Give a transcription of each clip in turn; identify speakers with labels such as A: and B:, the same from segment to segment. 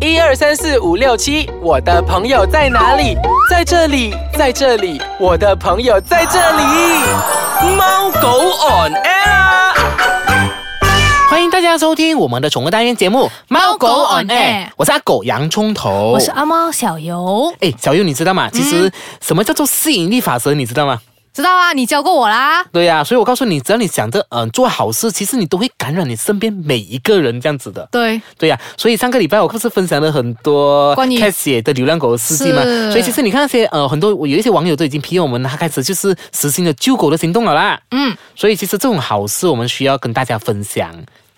A: 一二三四五六七，我的朋友在哪里？在这里，在这里，我的朋友在这里。
B: 猫狗 on air 啊。
C: 欢迎大家收听我们的宠物单元节目《猫狗 on
D: on
C: air
D: air》，
C: 我是阿狗洋葱头。
D: 我是阿嗯猫小游，
C: 哎，小优，你知道吗？其实什么叫做吸引力法则，你知道吗？
D: 知道啊，你教过我啦。
C: 对呀、所以我告诉你，只要你想着嗯、呃做好事，其实你都会感染你身边每一个人这样子的。
D: 对，
C: 对呀、所以上个礼拜我不是分享了很多
D: 关于
C: 开始的流浪狗的事迹嘛，
D: 是
C: 所以其实你看那些呃很多有一些网友都已经批评我们，他开始就是实行了救狗的行动了啦。
D: 嗯，
C: 所以其实这种好事我们需要跟大家分享。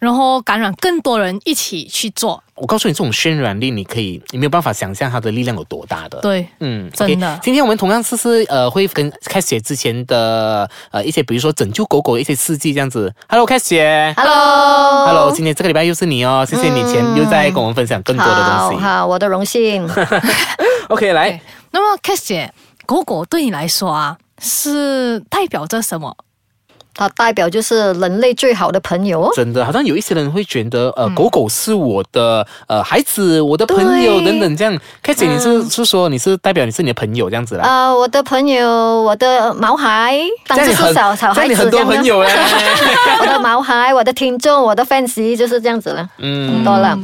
D: 然后感染更多人一起去做。
C: 我告诉你，这种渲染力，你可以你没有办法想象它的力量有多大的。。
D: 对，
C: 嗯，
D: 真
C: OK
D: 的
C: 今天我们同样是是呃，会跟开学之前的呃一些，比如说拯救狗狗的一些事迹这样子。Hello，开学。
E: Hello。
C: Hello，今天这个礼拜又是你哦，谢谢你前、
E: 嗯
C: 又在跟我们分享更多的
E: 好
C: 东西。
E: 好，哦我的荣幸。
C: OK，来
D: 对，那么 Cass 姐，狗狗对你来说啊，是代表着什么？
E: 它代表就是人类最好的朋友哦。
C: 真的，好像有一些人会觉得，
E: 嗯
C: 呃，狗狗是我的呃孩子，我的朋友
E: 对嗯
C: 等等这样。开始你是、是说你是代表你是你的朋友这样子啦？
E: 啊、我的朋友，我的毛孩，当
C: 这样
E: 然
C: 你
E: 是
C: 很
E: 小小
C: 这
E: 孩
C: 样你
E: 子
C: 很多朋友哎
E: 这。样啦我的毛孩，我的听众，我的 fans 就是这样子了，
C: 嗯
E: 很多了。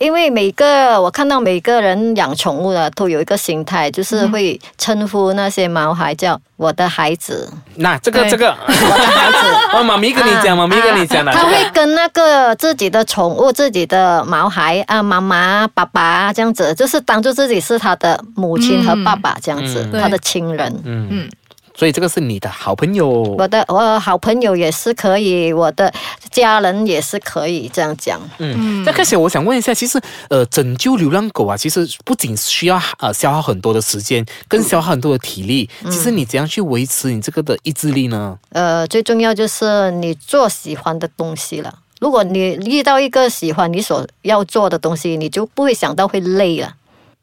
E: 因为每个我看到每个人养宠物的都有一个心态，
C: 嗯
E: 就是会称呼那些毛孩叫我的孩子，
C: 那这个
D: 对
C: 这个，呃哦，妈咪跟你讲，妈咪跟你讲了，
E: 啊他会跟那个自己的宠物、自己的毛孩啊、妈妈、爸爸这样子，就是当做自己是他的母亲和爸爸这样子，
D: 嗯
E: 他的亲人。
C: 嗯，所以这个是你的好朋友。
E: 我的我好朋友也是可以，我的家人也是可以这样讲。
C: 嗯，那开始我想问一下，其实呃，拯救流浪狗啊，其实不仅需要呃消耗很多的时间，更消耗很多的体力。
E: 嗯
C: 其实你怎样去维持你这个的意志力呢？
E: 呃，最重要就是你做喜欢的东西了。如果你遇到一个喜欢你所要做的东西，你就不会想到会累了，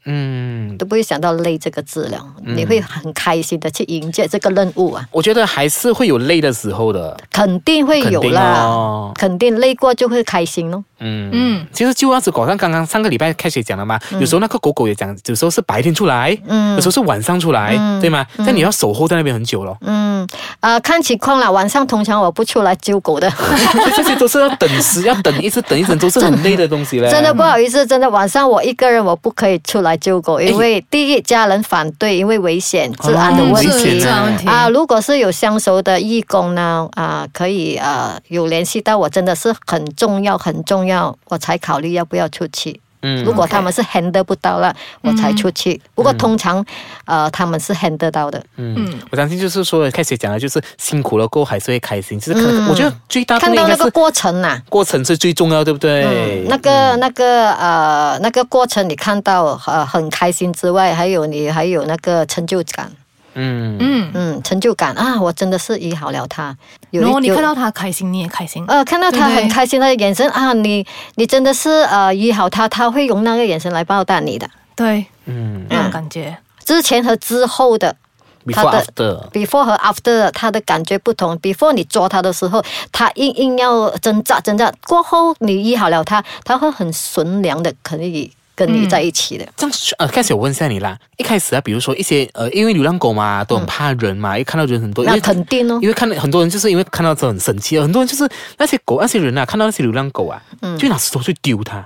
C: 嗯，
E: 都不会想到累这个字了，你会很开心的去迎接这个任务啊。
C: 我觉得还是会有累的时候的。
E: 肯定会有
C: 肯定
E: 啦，
C: 哦
E: 肯定累过就会开心咯。
C: 嗯嗯
D: 嗯，
C: 其实就那只狗，像刚刚上个礼拜开始讲了嘛，有时候那个狗狗也讲，有时候是白天出来，
E: 嗯
C: 有时候是晚上出来，
E: 嗯
C: 对吗？但你要守候在那边很久了，
E: 嗯，啊、看情况啦。晚上通常我不出来揪狗的，
C: 所以这些都是要等时，要等一直等一等，都是很累的东西嘞。
E: 真的不好意思，真的晚上我一个人我不可以出来揪
C: 哎
E: 狗，因为第一家人反对，因为危险、治安的
C: 嗯
E: 问
C: 危险
E: 题。
D: 是这样问题
E: 啊，如果是有相熟的义工呢，啊，可以啊，有联系到我，真的是很重要，很重要，我才考虑要不要出去。
C: 嗯
E: 如果他们是 handle 不到了，我才出去。不过通常，呃，他们是 handle 到的。
C: 嗯，我相信就是说，开始讲的就是辛苦了过后还是会开心，就是可能、我觉得最大的
E: 嗯看
C: 应
E: 到
C: 该
E: 那个
C: 是
E: 过程呐、啊
C: 过程是最重要，对不对？
E: 嗯，那个、那个呃，那个过程你看到呃很开心之外，还有你还有那个成就感，
C: 嗯嗯
D: 嗯，
E: 嗯，成就感啊，我真的是医好了他。有一
D: 然后你
E: 有
D: 看到它开心，你也开心。
E: 呃看到他
D: 对不对
E: 很开心的眼神啊，你你真的是呃医好他，他会用那个眼神来报答你的。
D: 对，
C: 嗯
D: 那种感觉。
E: 之前和之后的
C: ，before
E: 他
C: after，
E: before 和 after 他的感觉不同。before 你抓他的时候，他硬硬要挣扎挣扎，过后你医好了他，他会很纯良的可以跟你在一起的。
C: 这样是呃，开始我问一下你啦，一开始啊，比如说一些呃，因为流浪狗嘛，都很怕人嘛，因为看到人很多，因
E: 嗯那
C: 为
E: 肯定哦
C: 因为看到很多人就是因为看到之后很生气，很多人就是那些狗那些人啊，看到那些流浪狗啊，
E: 嗯
C: 就拿石头去丢它，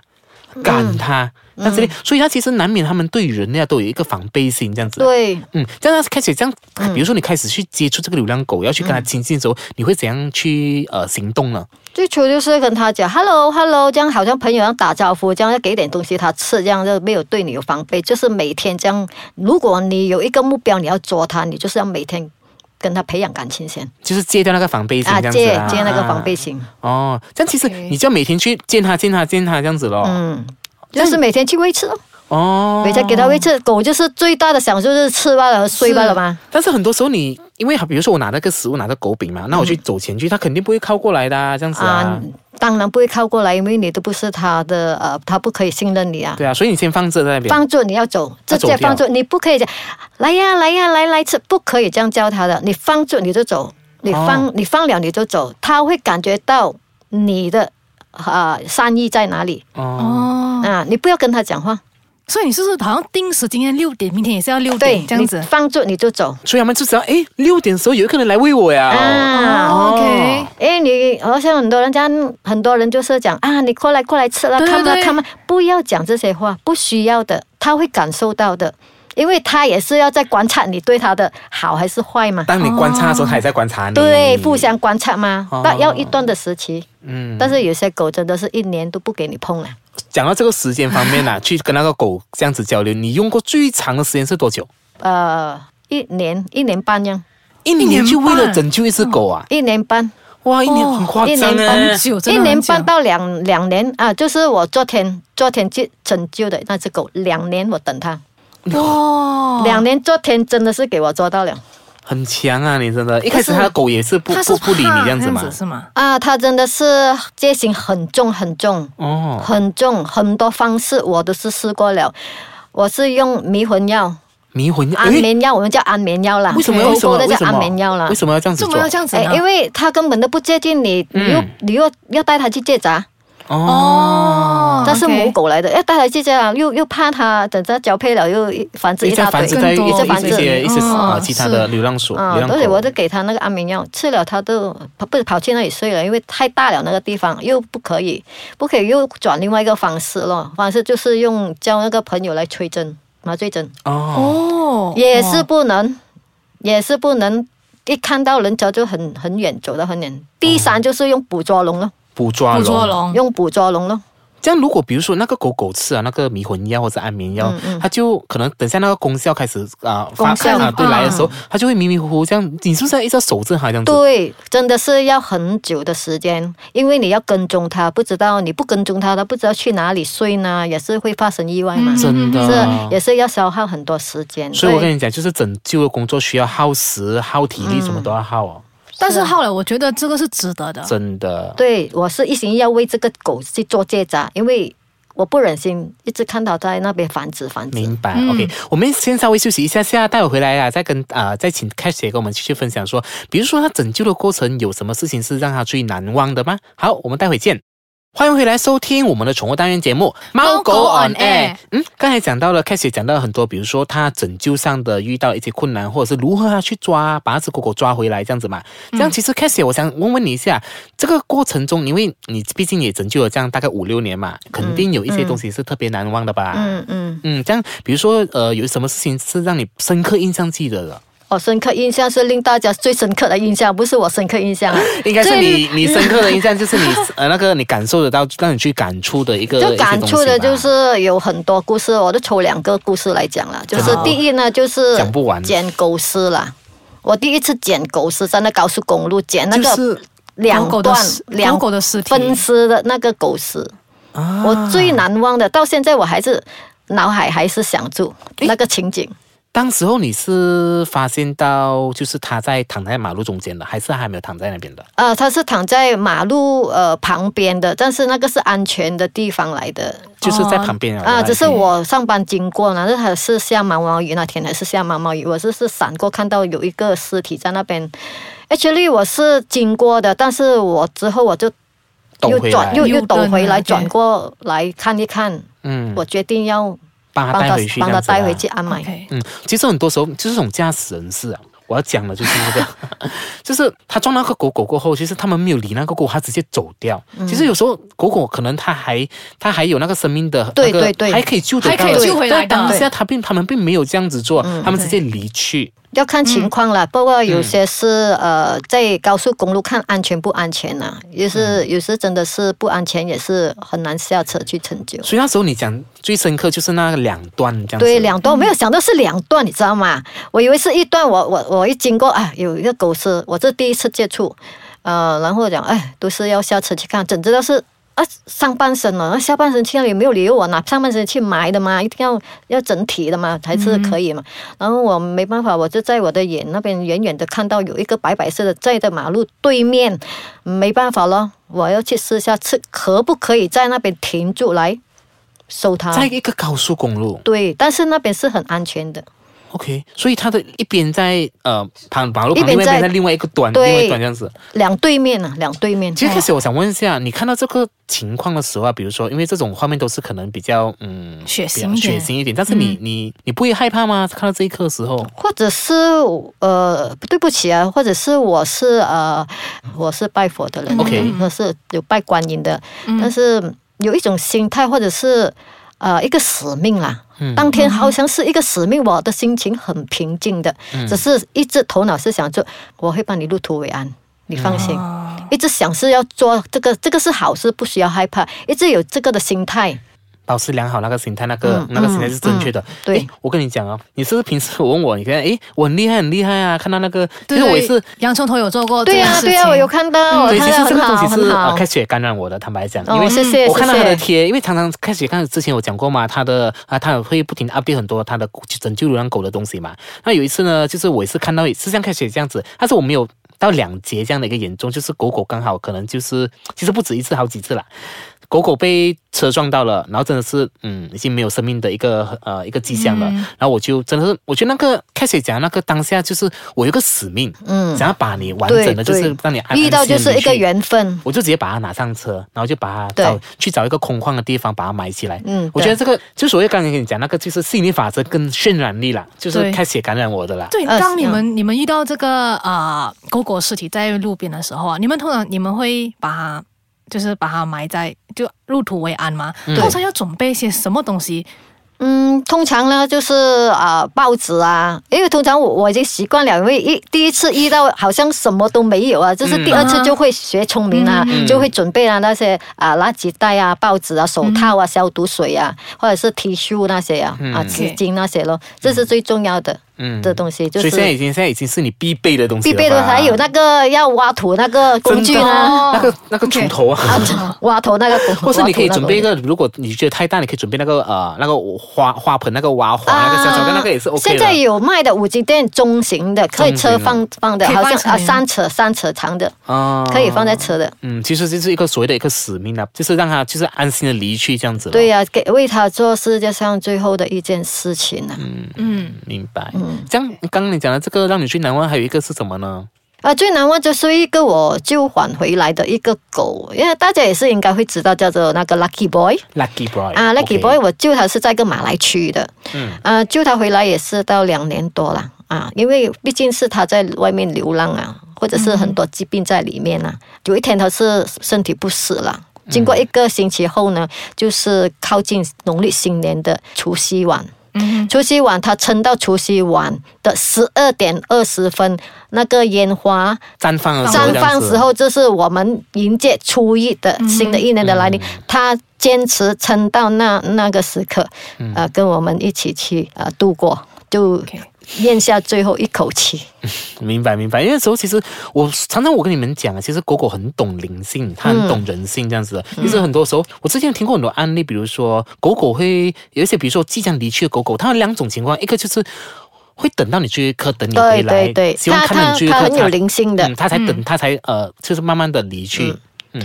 C: 赶它，那之类，所以它其实难免他们对人啊类都有一个防备心这样子。。
E: 对，嗯
C: 嗯，这样它开始这样，比如说你开始去接触这个流浪狗，要啊去跟它亲近的时候，你会怎样去呃行动呢？
E: 最初就是跟他讲 “hello hello”，这样好像朋友要打招呼，这样要给点东西他吃，这样就没有对你有防备。就是每天这样，如果你有一个目标你要捉他，你就是要每天跟他培养感情先
C: 就是戒掉那个防备心
E: 啊，
C: 这样子
E: 戒
C: 啊，
E: 戒那个防备心，
C: 哦，这样其实你就要每天去见它、见它、见它这样子咯。
E: 嗯。就是每天去喂吃咯，
C: 哦，
E: 每天给它喂吃。狗就是最大的享受就是吃罢了和睡罢了嘛。
C: 但是很多时候你，因为比如说我拿那个食物，拿个狗饼嘛，那我去走前去，它肯定不会靠过来的、啊，这样子啊
E: 嗯啊。，当然不会靠过来，因为你都不是它的，呃，它不可以信任你啊。
C: 对啊，所以你先放着在那边。
E: 放住你要走，
C: 他
E: 直
C: 走
E: 接
C: 掉
E: 放住，你不可以讲来呀来呀来来吃，不可以这样教他的。你放住你就走，你放、你放了你就走，他会感觉到你的啊、呃善意在哪里。
C: 哦，
D: 哦，
E: 啊，你不要跟他讲话，
D: 所以你是不是好像定时今天六点，明天也是要六
E: 对
D: 点，这样
E: 你
D: 子？
E: 放住你就走。
C: 所以他们就知道，哎，六点的时候有一个人来喂我呀。
E: 啊
D: 哦 OK，
E: 哎，你好像很多人家很多人就是讲啊，你过来过来吃了，
D: 对对
E: 看吧
D: 对
E: 看吧，不要讲这些话，不需要的，他会感受到的，因为他也是要在观察你对他的好还是坏嘛，
C: 当你观察的时候，他也在观察你。
E: 对，互相观察嘛
C: 哦，
E: 但要一段的时期，
C: 嗯，
E: 但是有些狗真的是一年都不给你碰了，
C: 讲到这个时间方面啊，去跟那个狗这样子交流，你用过最长的时间是多久？
E: 呃，一年一年半样，
C: 一年
D: 一年半
C: 就为了拯救一只狗啊！
E: 一年半，
C: 哇，一年
D: 哦
C: 很夸
E: 一
C: 张
E: 年
C: 哎、
D: 很久，真
E: 一
D: 的
E: 年
D: 很久
E: 半到两两年啊，就是我昨天昨天去拯救的那只狗，两年我等它。
C: 哦
D: 哇，
E: 两年做天真的是给我做到了
C: 很强啊！你真的，一开始
D: 可是
C: 他的狗也是不
D: 他是
C: 不不理你
D: 怕
C: 这样子嘛？
D: 是吗？
E: 啊！他真的是戒心很重很重
C: 哦，
E: 很重，很多方式我都是试过了。我是用迷魂药、
C: 迷魂药，
E: 安
C: 诶
E: 眠药，啊我们叫安眠药啦。
C: 为什么要为
E: 狗
C: 什
E: 狗
C: 么
E: 的
C: 为
E: 叫
C: 什
E: 安眠药
C: 么
E: 啦
C: 为。什么要这样子
D: 怎
C: 做
D: 么？要这样子
E: 哎，
D: 呢？
E: 因为他根本都不接近你，你又、
C: 嗯
E: 你又要带他去结扎，
C: 哦，
E: 但是
D: OK
E: 母狗来的，要带它去结扎，又又怕它等它交配了又繁殖
C: 一
E: 一
C: 下
E: 大
C: 繁
E: 堆
C: 殖，在一
D: 更多
C: 些
E: 繁殖
C: 一些一些啊
D: 嗯
C: 其他的流浪所、
E: 啊
C: 流，浪
E: 而且
C: 狗
E: 我就给他那个安眠药，吃了他都跑不跑去那里睡了，因为太大了那个地方又不可以，不可以又转另外一个方式咯，方式就是用叫那个朋友来吹针，麻醉针
C: 哦，
D: 哦，
E: 也是
D: 哇
E: 不能，也是不能，一看到人走就很很远，走得很远。第三就是用捕捉笼咯，
C: 捕抓
D: 捕捉
C: 笼。
D: 笼，
E: 用捕捉笼咯，
C: 这样如果比如说那个狗狗吃啊那个迷魂药或者安眠药，它就可能等下那个功效开始啊、发
E: 嗯功效
C: 啊对
D: 嗯
C: 来的时候，它就会迷迷糊糊这样。你是不是要一直要守着它这样子？
E: 对，真的是要很久的时间，因为你要跟踪它，不知道你不跟踪它，它不知道去哪里睡呢，也是会发生意外嘛。
C: 真的
E: 是也是要消耗很多时间。
C: 啊所以我
E: 对嗯
C: 跟你讲，就是拯救的工作需要耗时、耗体力，什么都要耗哦，
D: 但是后来我觉得这个是值得的。
C: 真的。
E: 对我是一心要为这个狗去做结扎，因为我不忍心一直看到它在那边繁殖繁殖。
C: 明白、o k 我们先稍微休息一下下，待会回来啊，再跟啊、再请 Cash 姐跟我们继续分享说，比如说他拯救的过程有什么事情是让他最难忘的吗？好，我们待会见。欢迎回来收听我们的宠物单元节目《猫狗
D: 狗
C: on
D: on
C: air》
D: air。
C: 嗯，刚才讲到了，Cash 也讲到很多，比如说他拯救上的遇到一些困难，或者是如何去抓把那只狗狗抓回来这样子嘛。这样其实 Cash，也我想问问你一下，这个过程中，因为你毕竟也拯救了这样大概五六年嘛，肯定有一些东西是特别难忘的吧？
E: 嗯嗯，
C: 嗯，这样比如说呃，有什么事情是让你深刻印象记得的？
E: 我深刻印象是令大家最深刻的印象，不是我深刻印象啊。
C: 应该是
E: 最
C: 你你深刻的印象， 就是你呃那个你感受得到，让你去感触的一个
E: 就感触的就。
C: 一些东西吧
E: 是有很多故事，我就抽两个故事来讲啦。就是
C: 好
E: 第一呢，就是
C: 讲不完
E: 捡狗尸啦。我第一次捡狗尸在那高速公路捡那
C: 就
E: 个
C: 是
E: 两
D: 狗狗的
E: 段
D: 尸
E: 两
D: 狗狗的尸体
E: 分尸的那个狗尸，
C: 啊
E: 我最难忘的，到现在我还是脑海还是想住那个情景。
C: 当时候你是发现到就是他在躺在马路中间的，还是还没有躺在那边的？
E: 呃，他是躺在马路呃旁边的，但是那个是安全的地方来的
C: 就是在旁边
E: 啊、只是
C: 那边
E: 我上班经过呢，那还是下毛毛雨那天还是下毛毛雨，我就是闪过看到有一个尸体在那边。Actually 我是经过的，但是我之后我就
C: 懂
E: 又
C: 回
E: 转
C: 来
E: 又又
D: 右
E: 抖
D: 灯
E: 回
D: 啊
E: 来，
D: 对
E: 转过来看一看，
C: 嗯，
E: 我决定要
C: 帮他
E: 帮
C: 带
E: 他
C: 回去，
E: 帮他
C: 这样子啦
E: 带回去。安排。
D: OK，
C: 嗯，其实很多时候就是这种驾驶人士啊，我要讲的就是这个， 就是他撞那个狗狗过后，其实他们没有理那个狗，他直接走掉。
E: 嗯
C: 其实有时候狗狗可能它还它还有那个生命的，
E: 对
C: 那个
E: 对对
C: 还可以救得到的，
D: 还可以救回来的
C: 但当下他并他们并没有这样子做，
E: 嗯
C: 他们直接离去。
E: 要看情况啦，不过有些是呃，在高速公路看安全不安全呐、有时、有时真的是不安全，也是很难下车去拯救。
C: 所以那时候你讲最深刻就是那两段这样子。嗯
E: 对，两段我没有想到是两段，你知道吗？我以为是一段，我我我一经过啊，有一个狗尸，我这第一次接触，呃，然后讲哎，都是要下车去看，怎知道是啊上半身了，那下半身去那里没有理由我拿上半身去埋的嘛，一定要要整体的嘛才是可以嘛。
C: 嗯
E: 然后我没办法，我就在我的眼那边远远的看到有一个白白色的在的马路对面，没办法了，我要去试一下，吃可不可以在那边停住来收它？
C: 在一个高速公路，
E: 对，但是那边是很安全的。
C: OK，所以它的一边在呃旁马路
E: 一
C: 旁，另
E: 边
C: 外一边
E: 在
C: 在另外一个端，另
E: 对
C: 外一端这样子。
E: 两对面啊，两对面。
C: 其实开始我想问一下，你看到这个情况的时候啊，比如说，因为这种画面都是可能比较嗯
D: 血腥
C: 比
D: 一
C: 较血
D: 点
C: 腥一点，但是
E: 嗯
C: 你、你你不会害怕吗？看到这一刻的时候，
E: 或者是呃，对不起啊，或者是我是呃，我是拜佛的人
C: OK
E: 我是有拜观音的，
D: 嗯
E: 但是有一种心态，或者是呃一个使命啦。
C: 嗯
E: 当天好像是一个使命，我的心情很平静的，
C: 嗯
E: 只是一直头脑是想着我会帮你入土为安，你放心。
C: 啊
E: 一直想是要做这个，这个是好事，不需要害怕，一直有这个的心态。
C: 保持良好那个心态，那个、那个心态是正确的。
E: 嗯对
C: 诶我跟你讲啊，你是不是平时我问我，你看，诶，我很厉害，很厉害啊，看到那个，其
D: 对
C: 实我也是。
D: 洋葱头有做哦过这
E: 对
D: 件
E: 呀、
D: 事情，嗯
E: 对呀、我有看到，我
C: 对，其
E: 看
C: 实
E: 到
C: 这个
E: 哦很
C: 东
E: 好，
C: 西是
E: 很
C: 啊，
E: 好
C: 开。始也感染我的。坦白讲，
E: 哦
C: 因为
E: 谢谢
C: 我看到
E: 谢谢
C: 他的贴，因为常常开始刚才之前我讲过嘛，他的啊，他会不停地 update 很多他的拯救流浪狗的东西嘛。那有一次呢，就是我也是看到是像开始这样子，但是我没有到两节这样的一个严重，就是狗狗刚好可能就是其实不止一次，好几次啦。狗狗被车撞到了，然后真的是，嗯，已经没有生命的一个呃一个迹象了。
E: 嗯
C: 然后我就真的是，我觉得那个开始讲那个当下，就是我有个使命，嗯，想要把你完整的，
E: 对
C: 就是
E: 对
C: 让你安安
E: 遇到
C: 心
E: 就
C: 地
E: 是一个
C: 离去
E: 缘分。
C: 我就直接把它拿上车，然后就把它
E: 对
C: 找去找一个空旷的地方把它埋起来。
E: 嗯
C: 我觉得
E: 对
C: 这个就所谓刚才跟你讲那个，就是吸引力法则跟渲染力啦，就是
D: 对
C: 开始也感染我的啦。
D: 对，
E: 呃
D: 当你
E: 是啊
D: 们你们遇到这个呃狗狗尸体在路边的时候啊，你们通常你们会把它就是把它埋在就入土为安吗？通常要准备一些什么东西？
E: 嗯，通常呢就是啊、报纸啊，因为通常我我已经习惯了，因为一第一次遇到好像什么都没有啊，就是
C: 嗯
E: 第二次就会学聪明啊，
D: 嗯
E: 就会准备啊那些啊垃圾袋啊、报纸啊、
D: 嗯
E: 手套啊、消毒水啊，或者是 T 恤那些啊、啊纸巾那些咯，这是最重要的、
C: 嗯
E: 的东西，就
C: 所以现在
E: 是
C: 已经现在已经是你必备的东西了吧
E: 必备的，还有那个要挖土那个工具
C: 真的哦
E: 呢，
C: 那个那个锄头啊。
E: 挖土那个工具，
C: 或是你可以
E: 挖土那
C: 准备一
E: 工具。
C: 个，如果你觉得太大，你可以准备那个呃那个花花盆、那个娃花、那个小草根，那个也是 OK 的。
E: 啊现在有卖的五金店中型的，可以车放放的，
D: 可以
E: 好
D: 放
E: 像
D: 车
E: 啊
D: 里
E: 三尺三尺长的，
C: 啊
E: 可以放在车的。
C: 嗯，其实就是一个所谓的一个使命啊，就是让他就是安心的离去这样子。
E: 对、呀、给为他做世界上最后的一件事情啊！
D: 嗯，
C: 明白。这样刚刚你讲的这个让你最难忘，还有一个是什么呢？
E: 啊，最难忘就是一个我救还回来的一个狗，因为大家也是应该会知道叫做那个 Lucky Boy。
C: Lucky Boy
E: 啊，Lucky Boy，
C: OK
E: 我救他是在一个马来区的，嗯，啊，救他回来也是到两年多了啊，因为毕竟是他在外面流浪啊，或者是很多疾病在里面啊。有一天他是身体不适了，经过一个星期后呢，就是靠近农历新年的除夕晚。除夕晚，他撑到除夕晚的十二点二十分，那个烟花
C: 绽放的时候，
E: 绽放嗯时，候，这是我们迎接初一的新的一年的来临。他坚持撑到那那个时刻，呃，跟我们一起去呃度过，就
D: OK
E: 咽下最后一口气。
C: 明白明白。因为那时候其实我常常我跟你们讲，啊其实狗狗很懂灵性，它很懂人性这样子的。
E: 嗯
C: 其实很多时候，我之前听过很多案例，比如说狗狗会有一些，比如说即将离去的狗狗，它有两种情况，一个就是。会等到你最后一刻，等你回
E: 对
C: 来，
E: 对对，
C: 希望
E: 他
C: 看到
E: 他
C: 你最后
E: 他
C: 一刻
E: 很有灵性的
C: 嗯，，他才等，他才呃，就是慢慢的离去。嗯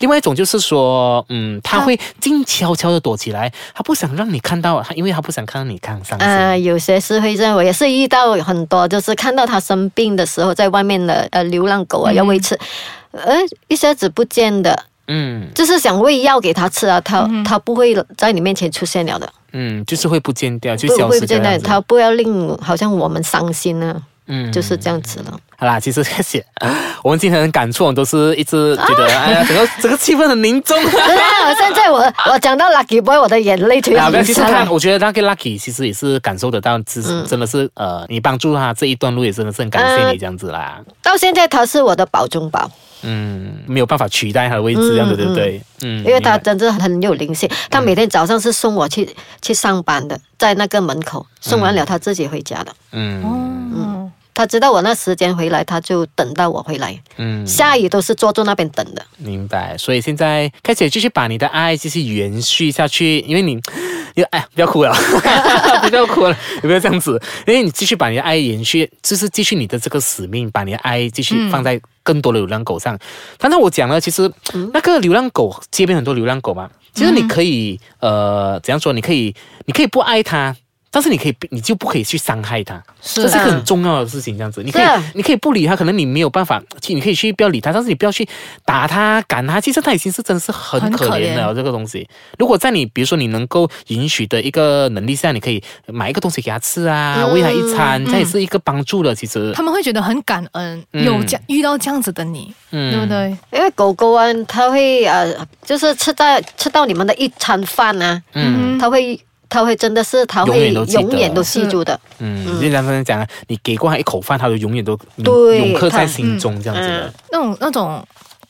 C: 另外一种就是说，嗯，他会静悄悄的躲起来，他不想让你看到，他因为他不想看到你看伤心。
E: 呃，有些是会认为，也是遇到很多，就是看到它生病的时候，在外面的呃流浪狗啊，要喂吃，呃，一下子不见的，
C: 嗯
E: 就是想喂药给它吃啊，它它不会在你面前出现了的。
C: 嗯，就是会不见掉，就
E: 不
C: 消
E: 会
C: 失
E: 不
C: 这
E: 见得，
C: 样子。
E: 他不要令好像我们伤心呢，
C: 嗯
E: 就是这样子了。
C: 好啦，其实谢 谢，我们今天很感触，我们都是一直觉 得，哎呀，整个整个气氛很凝重。啊
E: 真的，我现在我我讲到 Lucky Boy，我的眼泪就要
C: 啊，没
E: 流
C: 有，其实
E: 下来
C: 看，。我觉得那个 Lucky 其实也是感受得到，其实
E: 嗯
C: 真的是呃，你帮助他这一段路也真的是很感谢
E: 呃
C: 你这样子啦。
E: 到现在他是我的宝中宝，
C: 嗯，没有办法取代他的位置，这样子对不对？嗯，
E: 因为他
C: 明白
E: 真的很有灵性。他每天早上是送我去去上班的，在那个门口送完了，他自己回家的。
C: 嗯
D: 嗯，
E: 他知道我那时间回来，他就等到我回来。
C: 嗯，
E: 下雨都是坐坐那边等的。
C: 明白。所以现在开始继续把你的爱继续延续下去，因为你，你哎，不要哭了，不要哭了，你不要这样子，因为你继续把你的爱延续，就是继续你的这个使命，把你的爱继续放在更多的流浪狗上。刚才我讲了，其实那个流浪狗街边很多流浪狗嘛，其实你可以、呃怎样说？你可以你可以不爱它。但是你可以，你就不可以去伤害它，
D: 是
C: 这是一个
E: 啊
C: 很重要的事情。这样子，你可以
E: 是啊，
C: 你可以不理它，可能你没有办法去，你可以去不要理它，但是你不要去打它、赶它。其实它已经是真的是很
D: 很
C: 可
D: 可
C: 怜
D: 怜
C: 的了这个东西。如果在你比如说你能够允许的一个能力下，你可以买一个东西给它吃啊，
E: 嗯
C: 喂它一餐，这也是一个帮助了。其实，
D: 他们会觉得很感恩，
C: 嗯
D: 有这样遇到这样子的你，
C: 嗯
D: 对不对？
E: 因为狗狗啊，它会呃，就是吃到吃到你们的一餐饭啊，
C: 嗯
E: 它会它会真的是它
C: 永
E: 会
C: 远都记得
E: 永远都记住的。
C: 嗯，就像刚才讲，你给过它一口饭，它就永远都
E: 对
C: 永刻在
E: 它
C: 心中这样子的。
E: 嗯
D: 那种那种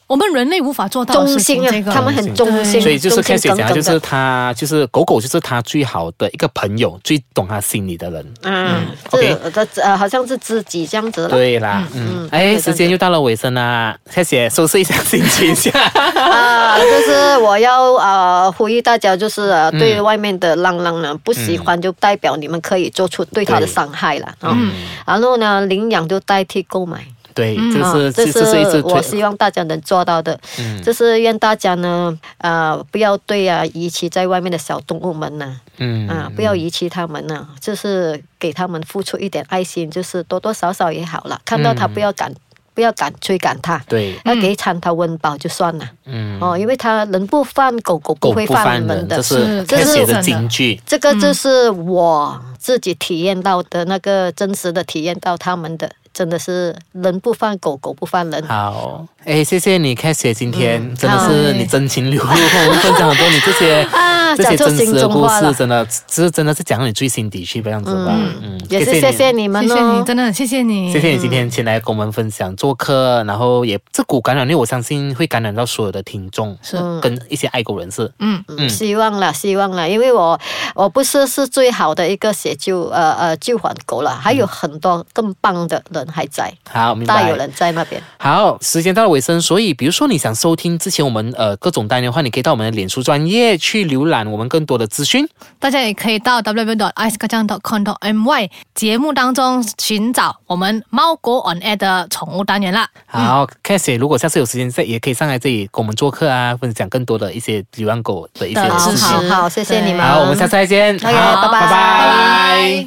D: 我们人类无法做到的
E: 忠
D: 事情
E: 心，啊
D: 这，个
E: 它们很忠
D: 对
E: 心，
C: 所以就是
E: 忠心
C: Cassie 讲
E: 耿
C: 的，
E: 耿
C: 就是
E: 的。
C: 他，就是狗狗，就是他最好的一个朋友，最懂他心里的人。
E: 嗯，
C: OK
E: 这这呃，好像是知己这样子了。
C: 对啦，嗯，哎，时间又到了尾声啦，Cassie 收拾一下心情一下。
E: 啊，就是我要呃呼吁大家，就是、呃、对外面的浪浪
C: 嗯
E: 呢不喜欢，就代表你们可以做出对它的伤害了啊。
C: 嗯
E: 然后呢，领养就代替购买。
C: 对，
E: 嗯啊
C: 这是
E: 这
C: 这是一次
E: 我
C: 推嗯
E: 希望大家能做到的。就是愿大家呢，呃，不要对啊遗弃在外面的小动物们呢，
C: 嗯
E: 啊，不要遗弃它们呢，就是给他们付出一点爱心，就是多多少少也好了。看到它不要赶，不要赶追赶它，
C: 嗯对，
E: 要给一餐它温饱就算了。
C: 嗯，
E: 哦，因为它人不犯狗狗
C: 狗
E: 不会
C: 不
E: 犯
C: 犯人，
E: 的，
C: 这是 Cassie
D: 是这是
C: 的金句。
E: 这个就是我自己体验到的那个真实的体验到他们的，真的是人不犯狗，狗不犯人。
C: 好，哎，谢谢你，Cassie，今天真的
E: 嗯好
C: 是你真情 流露，跟我们分享很多你这些
E: 啊
C: 这些真
E: 讲出
C: 实
E: 心
C: 的
E: 中
C: 故
E: 话
C: 事，
E: 了
C: 真的，这真的是讲到你最心底去这样子吧。嗯，
E: 也是谢谢你们
D: 谢谢
E: 哦
D: 你，，真的谢谢你，
C: 谢谢你今天前来跟我们分享做客，啊然后也这股感染力，我相信会感染到所有的听众，
D: 是
C: 跟一些爱狗人士。
D: 嗯，
C: 嗯
E: 希望了，希望了，因为我我不是是最好的一个写救呃呃救还狗了，还有很多更棒的人还在，
C: 好，明
E: 大
C: 白
E: 有。人在那边。
C: 好，时间到了尾声，所以比如说你想收听之前我们呃各种单元的话，你可以到我们的脸书专业去浏览我们更多的资讯。
D: 大家也可以到 w w i c e k a n g c o m m y 节目当中寻找我们猫狗 on air 的宠物单元啦。
C: 好
E: 嗯
C: c a s s i e 如果下次有时间再也可以上来这里跟我们做客啊，分享更多的一些流浪狗的一些
D: 的
E: 好
C: 事
D: 知识
C: 情。
E: 好好，谢谢你们。
C: 好，我们下次再见。
E: OK，
C: 好
E: 拜拜
C: 拜拜